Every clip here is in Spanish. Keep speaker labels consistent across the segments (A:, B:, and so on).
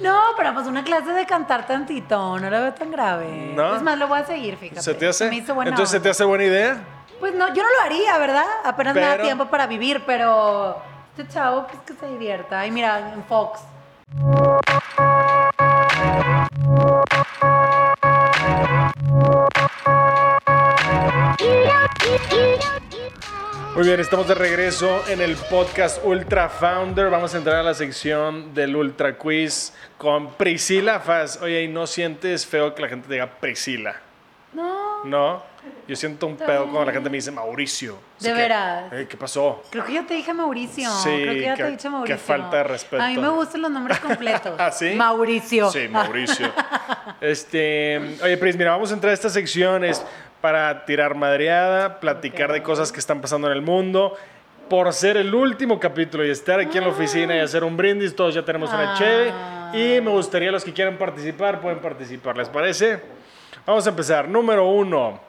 A: No, pero pues una clase de cantar tantito, no la veo tan grave.
B: ¿No?
A: Es más, lo voy a seguir, fíjate.
B: ¿Se te hace?
A: Se me hizo buena
B: Entonces, ¿se te
A: onda.
B: hace buena idea?
A: Pues no, yo no lo haría, ¿verdad? Apenas me da
B: Pero-
A: tiempo para vivir, pero este chavo, pues que se divierta. Y mira, en Fox.
B: Muy bien, estamos de regreso en el podcast Ultra Founder. Vamos a entrar a la sección del Ultra Quiz con Priscila Faz. Oye, ¿y no sientes feo que la gente te diga Priscila?
A: No,
B: No, yo siento un pedo cuando la gente me dice Mauricio. Así
A: ¿De
B: que,
A: veras?
B: "Eh, ¿Qué pasó?
A: creo que yo te dije Mauricio.
B: Sí,
A: creo que ya te
B: qué-
A: he dicho
B: qué
A: Mauricio.
B: falta de respeto.
A: A mí me gustan los nombres completos.
B: ¿Ah, sí?
A: Mauricio.
B: Sí, Mauricio. este, oye, Pris, mira, vamos a entrar a esta sección es para tirar madreada, platicar de cosas que están pasando en el mundo. Por ser el último capítulo y estar aquí en la oficina y hacer un brindis, todos ya tenemos una
A: Ah.
B: cheve. Y me gustaría los que quieran participar, pueden participar, ¿les parece? Vamos a empezar. Número uno.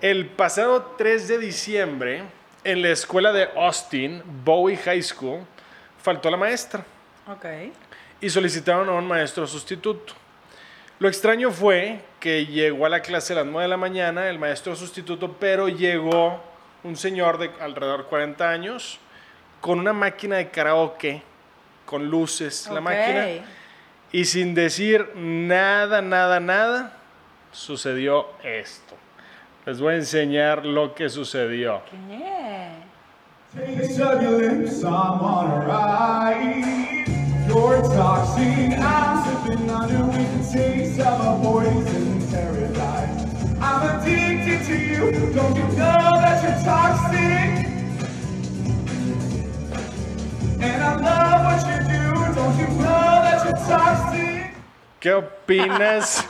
B: El pasado 3 de diciembre, en la escuela de Austin, Bowie High School, faltó la maestra
A: Ok.
B: y solicitaron a un maestro sustituto. Lo extraño fue que llegó a la clase a las 9 de la mañana el maestro sustituto, pero llegó un señor de alrededor 40 años con una máquina de karaoke, con luces, la
A: Ok.
B: máquina, y sin decir nada, nada, nada, sucedió esto. Les voy a enseñar lo que sucedió.
A: ¿Qué?
C: Take a turbulent, someone arrived. You're toxic, I'm sipping under, we can see summer boys in paradise. I'm addicted to you, don't you know that you're toxic? And I love what you do, don't you know that you're toxic?
B: ¿Qué opinas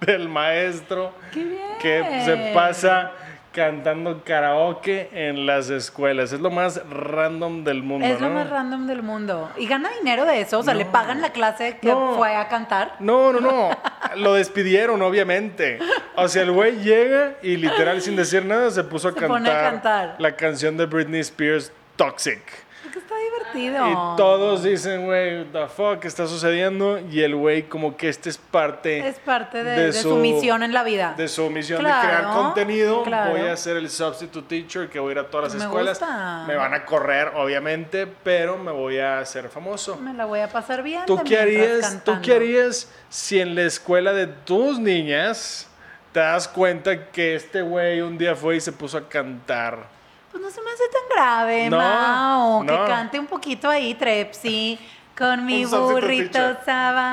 B: del maestro
A: ¡Qué bien!
B: que se pasa cantando karaoke en las escuelas? Es lo más random del mundo.
A: Es lo
B: ¿no?
A: más random del mundo. ¿Y gana dinero de eso? O sea, ¿le pagan la clase que
B: No.
A: fue a cantar?
B: No, no, no. Lo despidieron, obviamente. O sea, el güey llega y literal, sin decir nada, se puso a,
A: Se
B: cantar,
A: pone a cantar.
B: la canción de Britney Spears, Toxic.
A: Porque está divertido.
B: Y todos dicen, güey, what the fuck, ¿qué está sucediendo? Y el güey, como que este es parte.
A: Es parte de, de su, misión en la vida.
B: de su misión de
A: Claro,
B: crear contenido.
A: claro.
B: Voy a ser el substitute teacher que voy a ir a todas las
A: Me
B: escuelas.
A: gusta.
B: Me van a correr, obviamente, pero me voy a hacer famoso.
A: Me la voy a pasar bien.
B: ¿Tú qué,
A: mientras
B: harías, ¿Tú qué
A: cantando.
B: harías si en la escuela de tus niñas te das cuenta que este güey un día fue y se puso a cantar?
A: Pues no se me hace tan grave,
B: No,
A: Mao.
B: no.
A: Que cante un poquito ahí, Trepsi. Con mi
B: Un substitute
A: burrito
B: teacher.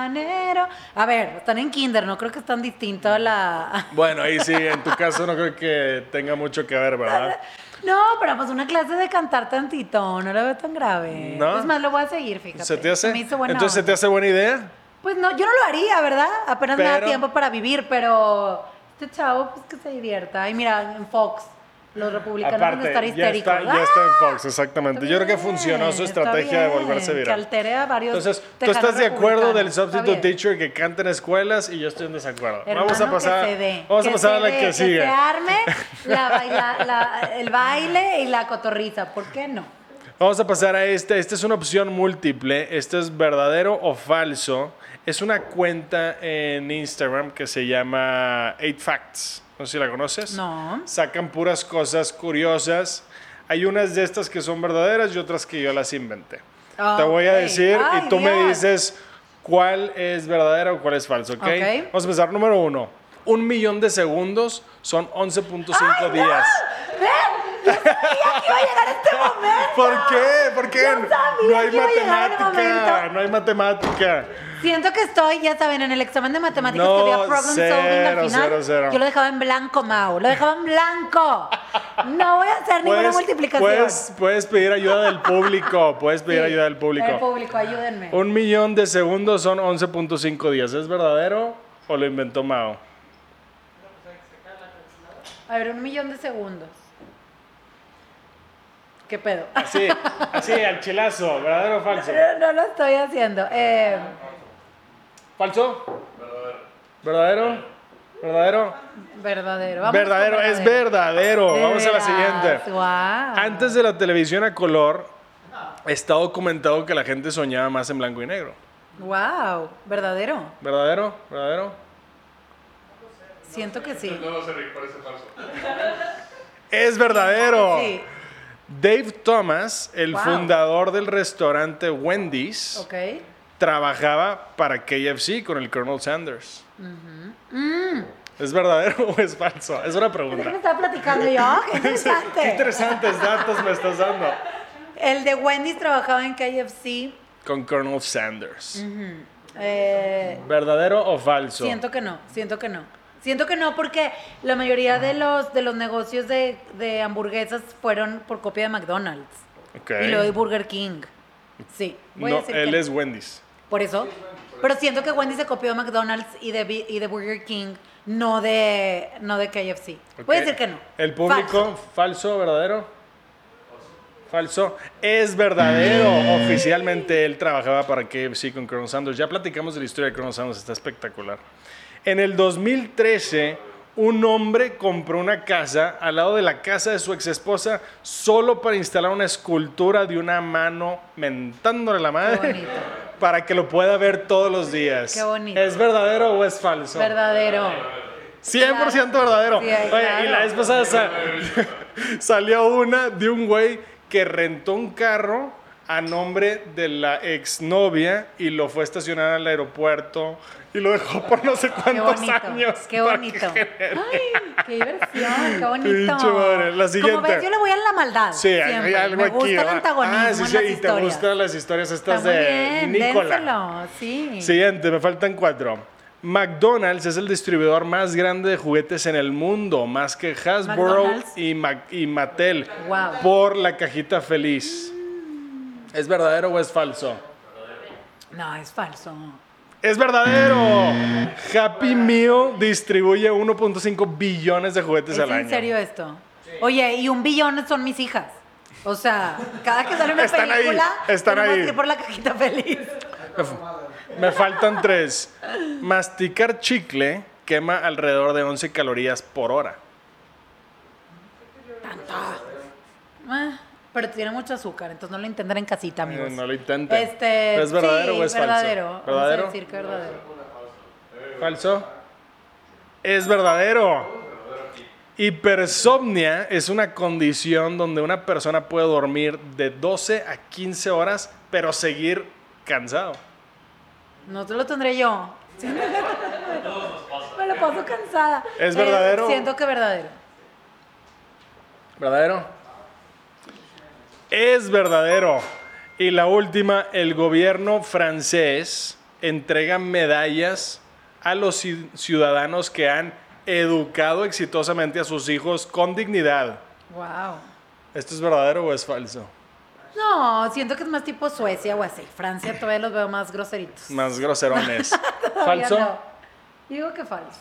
A: sabanero. A ver, están en kinder, no creo que es tan distinto a la...
B: Bueno, ahí sí, en tu caso no creo que tenga mucho que ver, ¿verdad?
A: No, pero pues una clase de cantar tantito, no la veo tan grave.
B: ¿No?
A: Es más, lo voy a seguir, fíjate.
B: ¿Se te hace?
A: me hizo buena
B: Entonces, ¿se te
A: onda.
B: hace buena idea?
A: Pues no, yo no lo haría, ¿verdad? Apenas me da
B: Pero-
A: tiempo para vivir, pero este chavo, pues que se divierta. Y mira, en Fox, los republicanos van a estar
B: ya
A: histéricos. Ah,
B: está, ya está en Fox, exactamente.
A: Está
B: Yo creo que
A: bien,
B: funcionó su
A: está
B: estrategia de
A: bien,
B: volverse
A: que
B: viral.
A: altere a varios
B: Entonces, ¿tú
A: tejanos
B: estás de acuerdo del
A: republicanos, está
B: substitute
A: bien.
B: teacher que canta en escuelas? Y yo estoy en desacuerdo. vamos a
A: Hermano,
B: pasar,
A: que se dé,
B: vamos a,
A: que
B: pasar a
A: se
B: la
A: dé,
B: que, sigue.
A: se arme la baila- la- el baile y la cotorriza. ¿Por qué no?
B: Vamos a pasar a esta. Esta es una opción múltiple. Esto es verdadero o falso. Es una cuenta en Instagram que se llama 8 Facts. No sé si la conoces.
A: No.
B: Sacan puras cosas curiosas. Hay unas de estas que son verdaderas y otras que yo las inventé.
A: Ah,
B: Te voy a
A: ok.
B: decir
A: Ay,
B: y tú me
A: Dios.
B: dices cuál es verdadera o cuál es falso, ¿ok?
A: Ok.
B: Vamos a empezar. Número uno. Un millón de segundos son 11.5 días.
A: ¡Iba a llegar este momento!
B: ¿Por qué? ¿Por qué?
A: Yo sabía
B: no hay
A: que iba a llegar el
B: matemática.
A: momento.
B: No hay matemática.
A: Siento que estoy, ya saben, en el examen de matemáticas
B: No,
A: que había problem solving
B: cero,
A: al final.
B: cero, cero.
A: Yo lo dejaba en blanco, Mau. Lo dejaba en blanco. No voy a hacer
B: Pues,
A: ninguna multiplicación.
B: puedes, puedes pedir ayuda del público. Puedes pedir ayuda del
A: El
B: público.
A: público, ayúdenme.
B: Un millón de segundos son 11.5 días. ¿Es verdadero o lo inventó Mao?
A: A ver, un millón de segundos. ¿Qué pedo?
B: Así, así, al chilazo. ¿Verdadero o falso?
A: No, no lo estoy haciendo. Eh,
B: ¿Falso? ¿Verdadero? ¿Verdadero?
A: verdadero. Vamos
B: verdadero,
A: con
B: es verdadero.
A: De
B: Vamos a la
A: veras,
B: siguiente.
A: guau.
B: Antes de la televisión a color, está documentado que la gente soñaba más en blanco y negro.
A: Wow, verdadero.
B: ¿Verdadero? ¿Verdadero?
A: Siento que sí.
D: No, no sé, Rick, parece falso.
B: Es verdadero.
A: Oh, Sí.
B: Dave Thomas, el
A: Wow.
B: fundador del restaurante Wendy's,
A: Ok.
B: trabajaba para KFC con el Colonel Sanders.
A: Mm.
B: ¿Es verdadero o es falso? Es una
A: ¿Qué
B: pregunta.
A: estaba platicando yo? Qué interesante.
B: Qué interesantes datos me estás dando.
A: El de Wendy's trabajaba en KFC.
B: Con Colonel Sanders.
A: Eh,
B: ¿Verdadero o falso?
A: siento que no, siento que no. Siento que no porque la mayoría de los, de los negocios de, de hamburguesas fueron por copia de McDonald's.
B: Ok.
A: Y lo de Burger King. Sí. voy a
B: No,
A: decir que
B: él
A: no.
B: es Wendy's.
A: Por eso. Pero siento que Wendy se copió de McDonald's y de, B- y de Burger King, no de, no de KFC.
B: Ok.
A: Voy a decir que no.
B: El público,
A: Falso.
B: falso, verdadero. Falso. Es verdadero.
A: Mm.
B: Oficialmente él trabajaba para KFC con Colonel Sanders. Ya platicamos de la historia de Colonel Sanders, está espectacular. En el 2013, un hombre compró una casa al lado de la casa de su exesposa solo para instalar una escultura de una mano mentándole la
A: Qué
B: madre
A: bonito.
B: para que lo pueda ver todos los días.
A: Qué bonito.
B: ¿Es verdadero o es falso?
A: Verdadero.
B: 100% verdadero.
A: Sí, ahí,
B: Oye, Y
A: claro.
B: la vez pasada sa- salió una de un güey que rentó un carro a nombre de la exnovia y lo fue a estacionar al aeropuerto y lo dejó por no sé
A: Qué
B: cuántos
A: bonito.
B: años.
A: Qué
B: para
A: bonito.
B: que-
A: Ay, qué diversión, qué bonito.
B: Pinche madre. La
A: Como
B: siguiente.
A: ves, yo le voy a la maldad.
B: Sí, hay- hay
A: siempre.
B: algo
A: Me
B: aquí.
A: gusta el
B: ¿va?
A: antagonismo
B: Ah, sí,
A: en
B: sí,
A: las
B: y te
A: historias.
B: gustan las historias estas
A: Está muy
B: de
A: bien,
B: Nicola.
A: dénselo, sí.
B: Siguiente, me faltan cuatro. McDonald's es el distribuidor más grande de juguetes en el mundo, más que Hasbro
A: McDonald's.
B: y, Mac- y Mattel,
A: Wow.
B: por la cajita feliz. ¿Es verdadero o es falso?
A: No, es falso.
B: ¡Es verdadero! Happy Meal distribuye 1.5 billones de juguetes
A: ¿Es
B: Este al año.
A: en serio esto? Oye, y un billón son mis hijas. O sea, cada que sale una
B: Están ahí,
A: película,
B: están
A: tenemos
B: ahí.
A: que ir por la cajita feliz.
B: Me f- Me faltan tres. Masticar chicle quema alrededor de 11 calorías por hora.
A: Ah, pero tiene mucho azúcar, entonces no lo intenten en casita, amigos.
B: Eh, no lo intenten.
A: Este,
B: ¿Es verdadero
A: sí,
B: o es
A: verdadero.
B: falso?
A: Vamos a
B: ¿Verdadero?
A: decir que verdadero.
B: ¿Falso? Es verdadero. Hipersomnia es una condición donde una persona puede dormir de 12 a 15 horas, pero seguir cansado.
A: No te lo tendré yo. Me lo paso cansada. Eh,
B: ¿Es verdadero?
A: Siento que verdadero.
B: ¿Verdadero? Es verdadero. Y la última, el gobierno francés entrega medallas a los ci- ciudadanos que han educado exitosamente a sus hijos con dignidad.
A: Wow.
B: ¿Esto es verdadero o es falso?
A: No, siento que es más tipo Suecia o así. Francia todavía los veo más groseritos.
B: Más groserones.
A: Todavía
B: ¿Falso?
A: no. Digo que falso.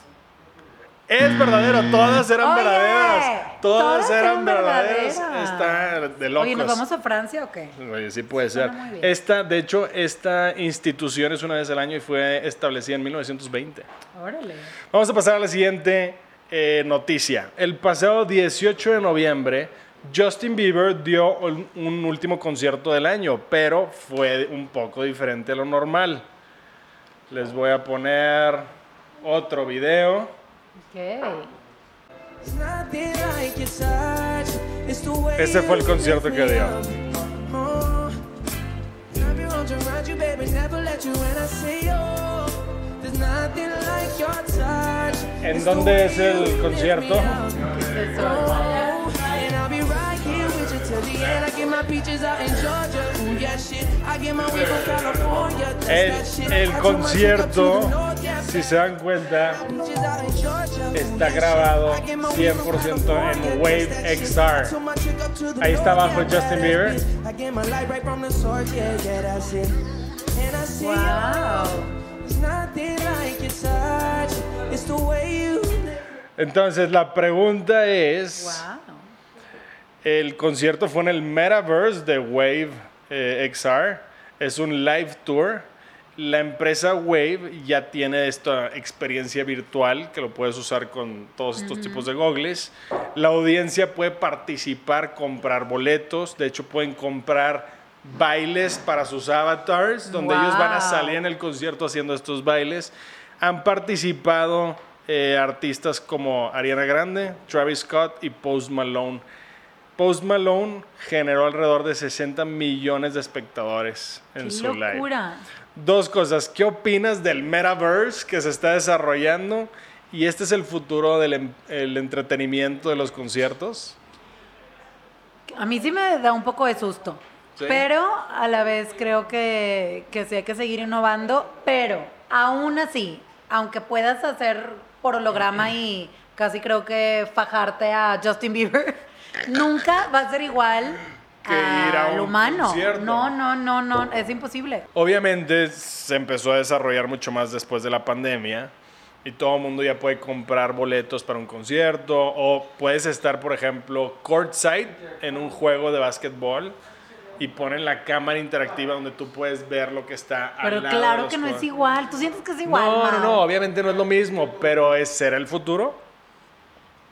B: Es verdadero, todas eran
A: Oye,
B: verdaderas. Todas,
A: todas
B: eran,
A: eran
B: verdaderas.
A: verdaderas.
B: Está de locos.
A: Oye, ¿nos vamos a Francia o qué?
B: Oye, sí puede ser.
A: Suena muy bien.
B: Esta, de hecho, esta institución es una vez al año y fue establecida en 1920.
A: Órale.
B: Vamos a pasar a la siguiente eh, noticia. El pasado 18 de noviembre, Justin Bieber dio un, un último concierto del año, pero fue un poco diferente a lo normal. Les voy a poner otro video.
A: Ok.
E: Ese fue el concierto que dio.
B: ¿En dónde es el concierto? El, el concierto, si se dan cuenta,
E: está grabado 100% en Wave XR. Ahí está abajo Justin Bieber.
A: Wow.
B: entonces la pregunta es,
A: Wow.
B: el concierto fue en el Metaverse de Wave eh, XR, es un live tour. La empresa Wave ya tiene esta experiencia virtual que lo puedes usar con todos estos tipos de gogles. La audiencia puede participar, comprar boletos, de hecho pueden comprar bailes para sus avatars, donde
A: Wow.
B: ellos van a salir en el concierto haciendo estos bailes. Han participado eh, artistas como Ariana Grande, Travis Scott y Post Malone. Post Malone generó alrededor de 60 millones de espectadores en
A: ¡Qué
B: su live.
A: locura!
B: Dos cosas. ¿Qué opinas del metaverse que se está desarrollando? ¿Y este es el futuro del em- el entretenimiento de los conciertos?
A: A mí sí me da un poco de susto.
B: Sí.
A: Pero a la vez creo que, que sí hay que seguir innovando. Pero aún así, aunque puedas hacer por holograma y casi creo que fajarte a Justin Bieber, nunca va a ser igual
B: Que ir a
A: al
B: un
A: humano.
B: concierto.
A: No, no, no, no. Es imposible.
B: Obviamente se empezó a desarrollar mucho más después de la pandemia y todo el mundo ya puede comprar boletos para un concierto o puedes estar, por ejemplo, courtside en un juego de básquetbol y ponen la cámara interactiva donde tú puedes ver lo que está al
A: Pero
B: lado de
A: claro
B: los
A: que no es
B: jugadores.
A: igual. ¿Tú sientes que es igual?
B: No, no,
A: Mau?
B: no, obviamente no es lo mismo, pero ¿es- ¿será el futuro?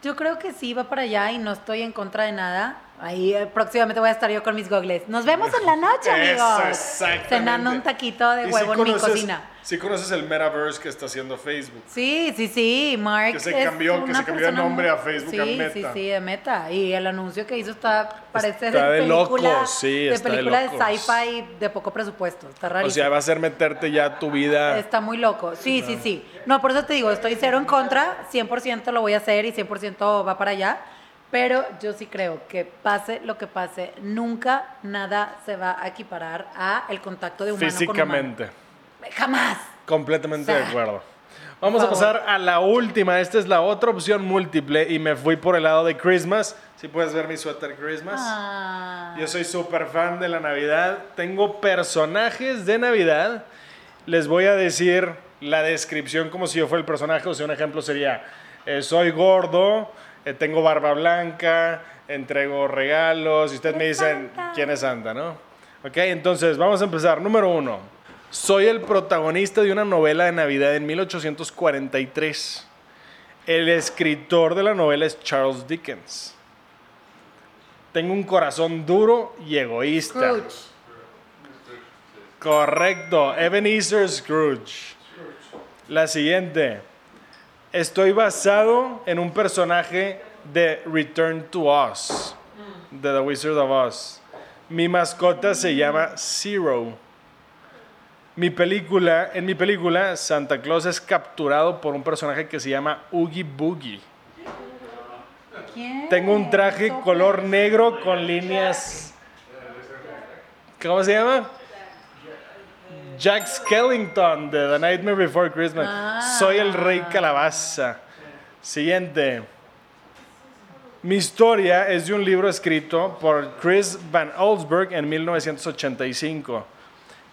A: Yo creo que sí, va para allá y no estoy en contra de nada. Ahí eh, próximamente voy a estar yo con mis gogles. Nos vemos en la noche, amigos.
B: Eso, exactamente.
A: Cenando un taquito de
B: Y
A: huevo en
B: conoces-
A: mi cocina.
B: Sí conoces el metaverse que está haciendo Facebook.
A: Sí, sí, sí, Mark.
B: Que se
A: es
B: cambió- que
A: una
B: se cambió el
A: persona
B: nombre
A: muy-
B: a Facebook
A: sí,
B: a Meta.
A: Sí, sí, de Meta. Y el anuncio que hizo está, parece
B: Está
A: de
B: de
A: película
B: locos, sí,
A: de,
B: está de
A: película de,
B: locos.
A: sci-fi de poco presupuesto. Está
B: O
A: rarísimo.
B: sea, va a ser meterte ya tu vida.
A: Está muy loco. Sí, sí, sí. No, por eso te digo, estoy cero en contra, 100% lo voy a hacer y 100% va para allá. Pero yo sí creo que pase lo que pase, nunca nada se va a equiparar a el contacto de humano
B: Físicamente.
A: con humano. Jamás.
B: Completamente
A: O sea,
B: de acuerdo. Vamos a
A: favor.
B: pasar a la última. Esta es la otra opción múltiple y me fui por el lado de Christmas. Si puedes ver mi suéter Christmas.
A: Ah.
B: Yo soy súper fan de la Navidad. Tengo personajes de Navidad. Les voy a decir la descripción como si yo fuera el personaje. O sea, un ejemplo sería, eh, soy gordo, eh, tengo barba blanca, entrego regalos. Y ustedes me dicen,
A: Santa.
B: ¿quién es Santa, no? Ok, entonces vamos a empezar. Número uno. Soy el protagonista de una novela de Navidad en 1843. El escritor de la novela es Charles Dickens. Tengo un corazón duro y egoísta.
A: Scrooge.
B: Correcto, Ebenezer Scrooge. La siguiente. Estoy basado en un personaje de Return to Oz, de The Wizard of Oz. Mi mascota se llama Zero. Mi película, en mi película, Santa Claus es capturado por un personaje que se llama Oogie Boogie.
A: ¿Quién?
B: Tengo un traje
A: Sopa.
B: color negro con líneas. ¿Cómo se llama? Jack Skellington de The Nightmare Before Christmas.
A: Ah.
B: Soy el rey calabaza. Siguiente. Mi historia es de un libro escrito por Chris Van Allsburg en 1985.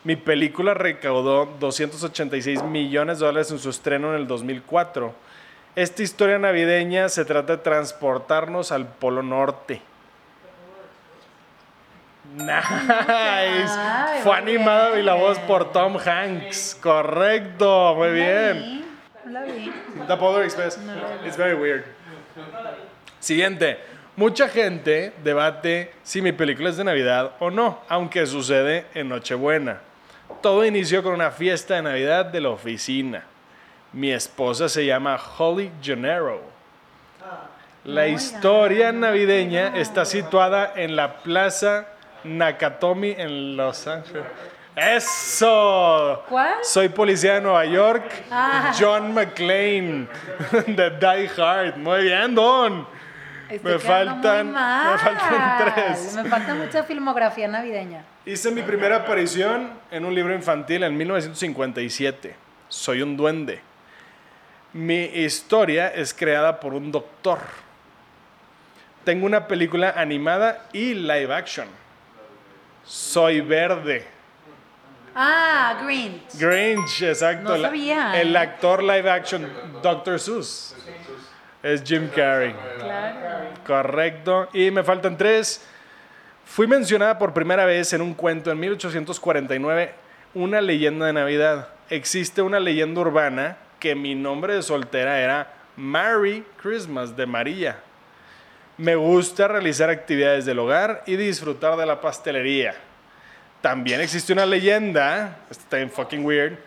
B: Mi película recaudó 286 millones de dólares en su estreno en el 2004. Esta historia navideña se trata de transportarnos al Polo Norte. Nice.
A: Ay,
B: Fue
A: muy
B: animado y la
A: bien.
B: voz por Tom Hanks. Correcto, muy bien.
A: No la vi.
B: The Polar Express. It's very weird. Siguiente. Mucha gente debate si mi película es de Navidad o no, aunque sucede en Nochebuena. Todo inició con una fiesta de Navidad de la oficina. Mi esposa se llama Holly Gennaro. La historia navideña está situada en la Plaza Nakatomi en Los Ángeles. ¡Eso!
A: ¿Cuál?
B: Soy policía de Nueva York.
A: Ah.
B: John McClane de Die Hard. Muy bien, Don.
A: Estoy
B: Me
A: quedando Este muy
B: faltan- me
A: mal.
B: faltan tres.
A: Me falta mucha filmografía navideña.
B: Hice mi primera aparición en un libro infantil en 1957. Soy un duende. Mi historia es creada por un doctor. Tengo una película animada y live action. Soy verde.
A: Ah, Grinch.
B: Grinch, exacto.
A: No
B: La-
A: sabía,
B: El
A: ¿eh?
B: actor live action, Dr. Seuss. Es Jim Carrey.
A: Claro.
B: Correcto. Y me faltan tres. Fui mencionada por primera vez en un cuento en 1849, una leyenda de Navidad. Existe una leyenda urbana que mi nombre de soltera era Merry Christmas de María. Me gusta realizar actividades del hogar y disfrutar de la pastelería. También existe una leyenda, esta está bien fucking weird,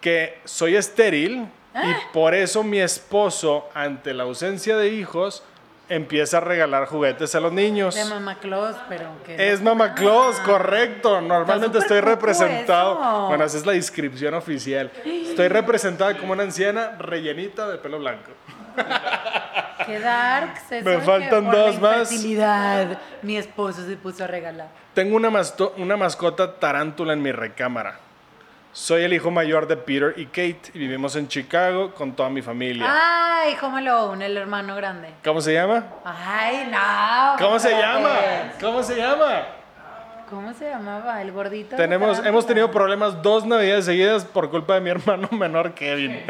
B: que soy estéril y por eso mi esposo, ante la ausencia de hijos, empieza a regalar juguetes a los niños.
A: De Mamá Claus, pero que.
B: Es Mama Claus, correcto. Normalmente
A: Está
B: estoy
A: súper cool
B: representado.
A: eso.
B: Bueno, esa es la descripción oficial. Estoy representada como una anciana rellenita de pelo blanco.
A: Qué darks. eso
B: Me
A: de que
B: faltan
A: por la
B: dos más.
A: infertilidad, Mi esposo se puso a regalar.
B: Tengo una, masto- una mascota tarántula en mi recámara. Soy el hijo mayor de Peter y Kate y vivimos en Chicago con toda mi familia.
A: Ay, Home Alone, el hermano grande.
B: ¿Cómo se llama?
A: Ay, no.
B: ¿Cómo se
A: hombre.
B: llama? ¿Cómo se llama?
A: ¿Cómo se llamaba? El gordito.
B: Tenemos,
A: Tarántula.
B: hemos tenido problemas dos navidades seguidas por culpa de mi hermano menor Kevin.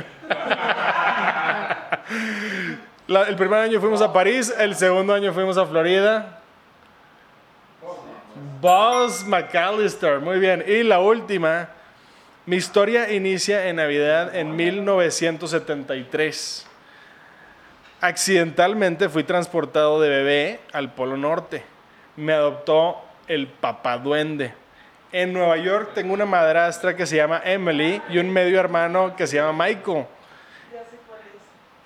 B: La- el primer año fuimos a París, el segundo año fuimos a Florida. Buzz McAllister, muy bien. Y la última, mi historia inicia en Navidad en 1973. Accidentalmente fui transportado de bebé al Polo Norte. Me adoptó el papá duende. En Nueva York tengo una madrastra que se llama Emily y un medio hermano que se llama Michael.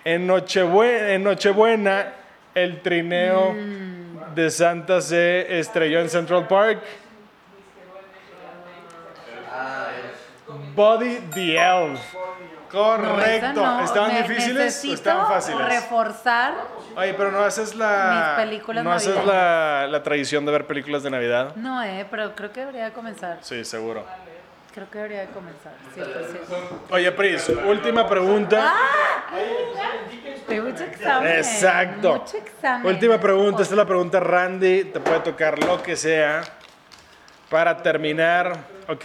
B: En Nochebuena, en Nochebuena el trineo
A: Mm.
B: de Santa se estrelló en Central Park. Body the
A: No,
B: Elf. Correcto.
A: esa no.
B: ¿Estaban
A: Me-
B: difíciles o
A: necesito
B: estaban fáciles?
A: reforzar.
B: Oye, pero no haces la.
A: Mis películas
B: No haces la, la tradición de ver películas de Navidad.
A: No, eh, pero creo que debería de comenzar.
B: Sí, seguro.
A: Creo que debería de comenzar. pues 100%.
B: Oye, Pris, última
A: Ah,
B: pregunta.
A: Hay mucho examen.
B: Ah. Exacto.
A: Mucho examen.
B: Última pregunta. Esta es la pregunta, Randy. Te puede tocar lo que sea. Para terminar, ok.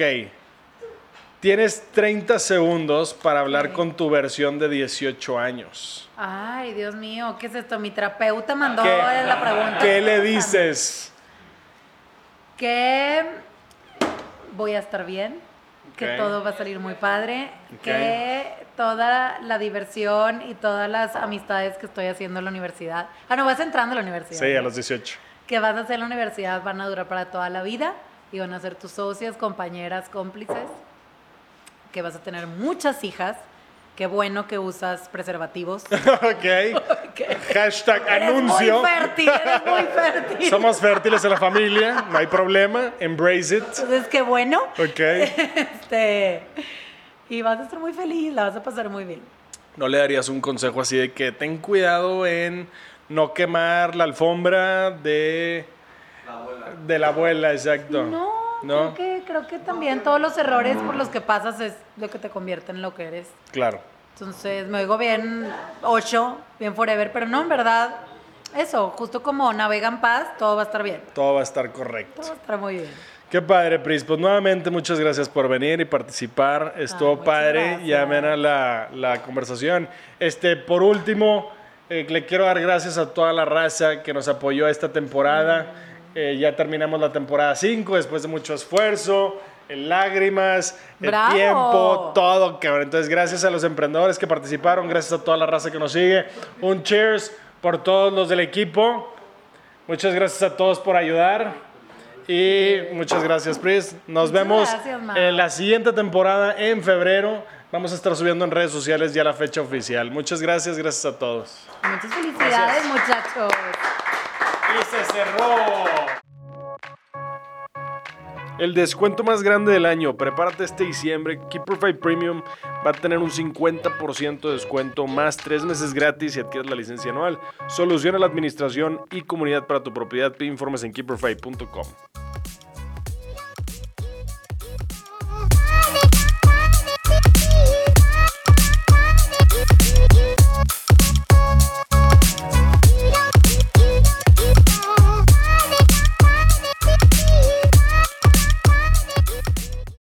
B: Tienes 30 segundos para hablar con tu versión de 18 años.
A: Ay, Dios mío, ¿qué es esto? Mi terapeuta mandó
B: ¿Qué-
A: la pregunta.
B: ¿Qué le dices?
A: que voy a estar bien, que
B: Ok.
A: todo va a salir muy padre,
B: Ok.
A: que toda la diversión y todas las amistades que estoy haciendo en la universidad, ah, no, vas entrando a la universidad,
B: Sí, a
A: ¿no?
B: los 18.
A: que vas a hacer en la universidad van a durar para toda la vida y van a ser tus socias, compañeras, cómplices, que vas a tener muchas hijas, qué bueno que usas preservativos.
B: ok.
A: Ok.
B: Hashtag anuncio.
A: Eres muy fértil, eres muy fértil.
B: Somos fértiles en la familia, no hay problema. Embrace it.
A: Entonces, qué bueno.
B: Ok.
A: Este, y vas a estar muy feliz, la vas a pasar muy bien.
B: ¿No le darías un consejo así de que ten cuidado en no quemar la alfombra de la abuela? De la abuela, exacto.
A: No,
B: ¿No?
A: Creo, que, creo que también todos los errores por los que pasas es lo que te convierte en lo que eres.
B: Claro.
A: Entonces, me oigo bien ocho, bien forever, pero no, en verdad, eso, justo como navega en paz, todo va a estar bien.
B: Todo va a estar correcto.
A: Todo va a estar muy bien.
B: Qué padre, Pris. Pues nuevamente muchas gracias por venir y participar.
A: Ah,
B: Estuvo
A: muchas
B: padre y
A: gracias.
B: amena la, la conversación. Este, por último, eh, le quiero dar gracias a toda la raza que nos apoyó esta temporada.
A: Mm.
B: Eh, ya terminamos la temporada 5 después de mucho esfuerzo, eh, lágrimas, el
A: ¡Bravo!
B: tiempo, todo, cabrón. Entonces, gracias a los emprendedores que participaron, gracias a toda la raza que nos sigue. Un cheers por todos los del equipo. Muchas gracias a todos por ayudar. Y muchas gracias, Pris.
A: Muchas
B: Nos vemos
A: gracias, Mau.
B: en la siguiente temporada, en febrero. Vamos a estar subiendo en redes sociales ya la fecha oficial. Muchas gracias, gracias a todos.
A: Muchas felicidades, muchachos.
B: Y se cerró. El descuento más grande del año. Prepárate este diciembre. Keeperfy Premium va a tener un 50% de descuento más 3 meses gratis si adquieres la licencia anual. Soluciona la administración y comunidad para tu propiedad. Pide informes en keeperfy.com.